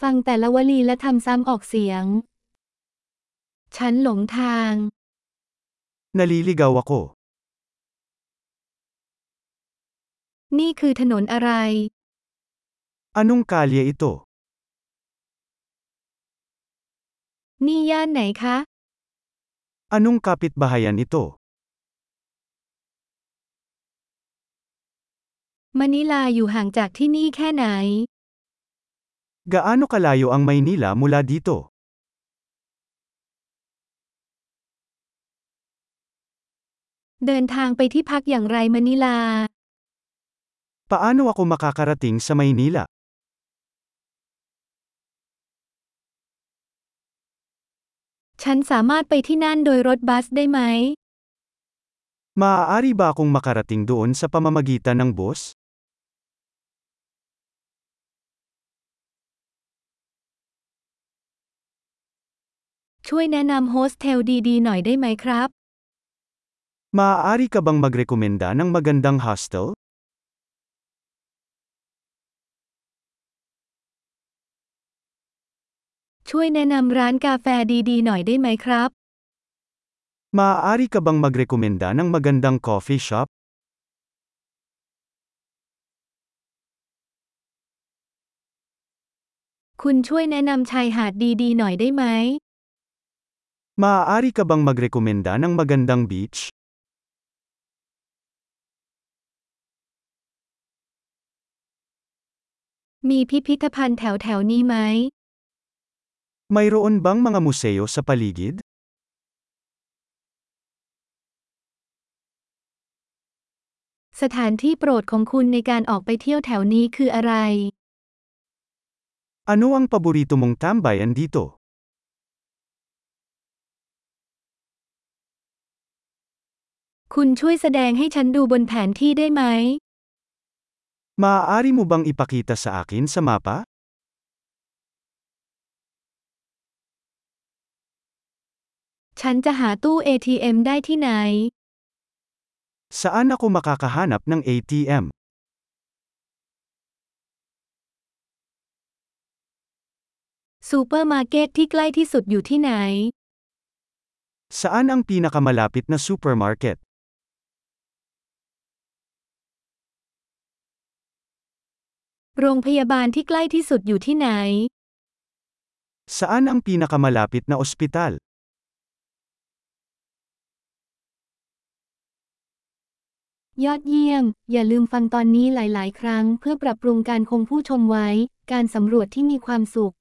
ฟังแต่ละวลีและทำซ้ำออกเสียง ฉันหลงทาง Naliligaw ako. นี่คือถนนอะไร Anong kalye ito? นี่ย่านไหนคะ Anong kapitbahayan ito? มะนิลาอยู่ห่างจากที่นี่แค่ไหน Gaano kalayo ang Maynila mula dito? เดินทางไปที่พักอย่างไรมะนิลา Paano ako makakarating sa Maynila? ฉันสามารถไปที่นั่นโดยรถบัสได้ไหม Maaari ba akong makarating doon sa pamamagitan ng bus? ช่วยแนะนำโฮสเทลดีๆ หน่อยได้ไหมครับ Maaari ka bang magrekomenda ng magandang hostel? ช่วยแนะนำร้านกาแฟดีๆ หน่อยได้ไหมครับ Maaari ka bang magrekomenda ng magandang coffee shop? คุณช่วยแนะนำชายหาดดีๆ หน่อยได้ไหม Maaari ka bang magrekomenda ng magandang beach? มีพิพิธภัณฑ์แถวแถวๆนี้ไหม Mayroon bang mga museo sa paligid? สถานที่โปรดของคุณในการออกไปเที่ยวแถวนี้คืออะไร Ano ang paborito mong tambayan dito? คุณช่วยแสดงให้ฉันดูบนแผนที่ได้ไหม Maaari mo bang ipakita sa akin sa mapa? ฉันจะหาตู้ ATM ได้ที่ไหน Saan ako makakahanap ng ATM? ซูเปอร์มาร์เก็ตที่ใกล้ที่สุดอยู่ที่ไหน Saan ang pinakamalapit na supermarket? โรงพยาบาลที่ใกล้ที่สุดอยู่ที่ไหน Saan ang pinakamalapit na ospital? ยอดเยี่ยม อย่าลืมฟังตอนนี้หลาย ๆ ครั้ง เพื่อปรับปรุงการคงผู้ชมไว้ การสำรวจที่มีความสุข